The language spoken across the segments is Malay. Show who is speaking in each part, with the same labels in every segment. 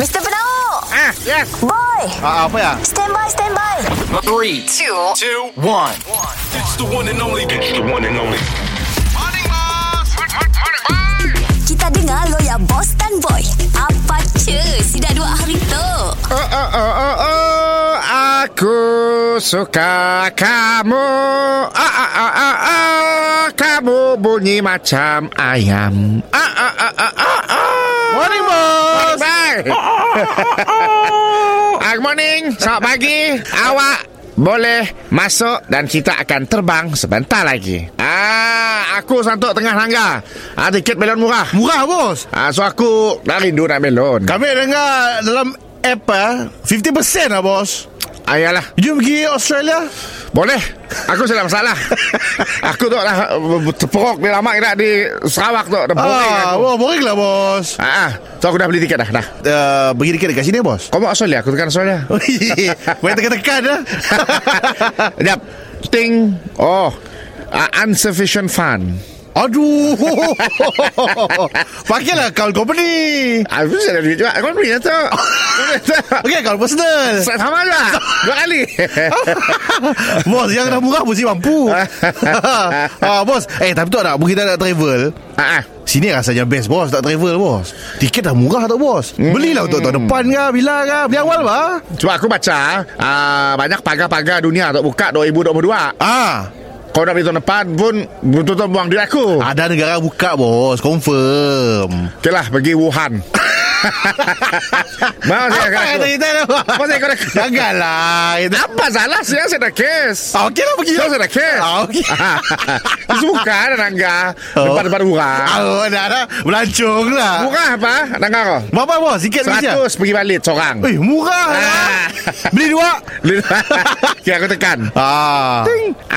Speaker 1: Mr. Penau
Speaker 2: Ah, yes.
Speaker 1: Boy
Speaker 2: Ah, apa ya?
Speaker 1: Stand by, stand by
Speaker 3: Three, two, two, one.
Speaker 4: It's the one and only. It's the one and only.
Speaker 1: Kita dengar lo ya Boss dan Boy Apa cuy Sudah dua hari tu
Speaker 2: Oh, oh, oh, oh, oh. Aku suka kamu. Ah, ah, ah, ah, ah. Kamu bunyi macam ayam. Ah, ah, ah, ah, ah, ah. Morning, bos. Bye. Ah, good morning. Selamat pagi. Awak boleh masuk dan kita akan terbang sebentar lagi. Ah, aku santuk tengah langgar. Ah, tiket belon murah.
Speaker 5: Murah bos
Speaker 2: Ah, so aku dah rindu nak belon.
Speaker 5: Kami dengar dalam app ah 50% lah bos
Speaker 2: Ayalah.
Speaker 5: Jom pergi Australia
Speaker 2: Boleh Aku sudah masalah Aku tu dah uh, Terperok di lama Kita di Sarawak tu Dah boring
Speaker 5: Ah,
Speaker 2: aku
Speaker 5: wah, boring lah bos
Speaker 2: ah, ah. So aku dah beli tiket dah, dah.
Speaker 5: uh, Pergi dekat dekat sini bos
Speaker 2: Kau mau Australia Aku tekan Australia
Speaker 5: Boleh tekan-tekan lah
Speaker 2: Sekejap Ting Oh uh, Insufficient fund
Speaker 5: Aduh Pakailah account company
Speaker 2: Ah, Aku sudah ada duit juga Kau beli lah, tu
Speaker 5: Okey account personal
Speaker 2: Sama juga Dua kali
Speaker 5: Bos yang dah murah Mesti mampu ah, Bos Eh tapi tu nak Kita nak travel
Speaker 2: ah, ah.
Speaker 5: Sini rasanya best bos Tak travel bos Tiket dah murah tak bos
Speaker 2: Hmm.
Speaker 5: Belilah untuk tahun depan ke Bila ke Beli awal lah
Speaker 2: Cuma aku baca uh, Banyak pagar-pagar dunia Untuk buka 2022
Speaker 5: Ah,
Speaker 2: Kau nak beli tahun depan pun Betul-betul buang duit aku
Speaker 5: Ada negara buka bos Confirm
Speaker 2: Okey lah pergi Wuhan Mau saya
Speaker 5: Apa kata
Speaker 2: kena
Speaker 5: kita tu
Speaker 2: Apa saya kena
Speaker 5: Jangan lah kita...
Speaker 2: Apa salah saya saya dah kes
Speaker 5: Ah, Okey lah pergi
Speaker 2: Saya saya dah kes
Speaker 5: Ah, okey.
Speaker 2: Itu bukan Nangga
Speaker 5: Oh.
Speaker 2: Depan-depan murah
Speaker 5: Ah, dah dah Melancong lah
Speaker 2: Murah apa Nangga kau
Speaker 5: Berapa bos Sikit saja
Speaker 2: Seratus pergi balik seorang
Speaker 5: Eh murah lah
Speaker 2: Ah.
Speaker 5: Beli dua
Speaker 2: Okey aku tekan
Speaker 5: Ah.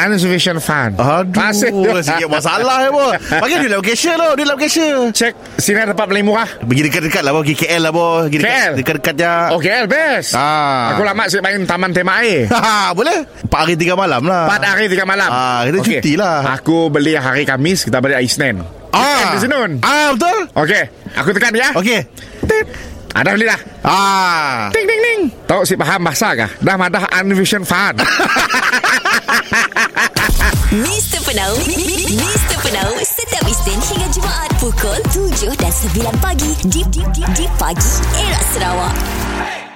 Speaker 2: Insufficient fund
Speaker 5: Aduh
Speaker 2: Masih.
Speaker 5: Sikit masalah ya bos Pakai duit dalam Malaysia lah Duit dalam Malaysia
Speaker 2: Cek Sini ada tempat paling murah
Speaker 5: Pergi dekat-dekat lah bos Pergi KL lah bos Pergi dekat-
Speaker 2: KL?
Speaker 5: Dekat-dekat je
Speaker 2: Okey best
Speaker 5: Ah.
Speaker 2: Aku lah. lama sikit main taman tema air
Speaker 5: Ha, boleh 4 hari 3 malam lah
Speaker 2: Empat hari tiga malam
Speaker 5: Ah, kita
Speaker 2: Okey.
Speaker 5: cuti lah.
Speaker 2: Aku beli hari Kamis Kita balik hari Senin Weekend
Speaker 5: Ah,
Speaker 2: Di Senun
Speaker 5: Ah, betul
Speaker 2: Okey Aku tekan ya
Speaker 5: Okey
Speaker 2: Ada beli dah
Speaker 5: Ah
Speaker 2: Ting ting ting Tahu si faham bahasa kah? Dah madah Unvision Fund
Speaker 1: Mr. Penau mi- mi- Mr. Penau Setiap Isnin hingga Jumaat Pukul 7 dan 9 pagi Di, di, di, di pagi Era Sarawak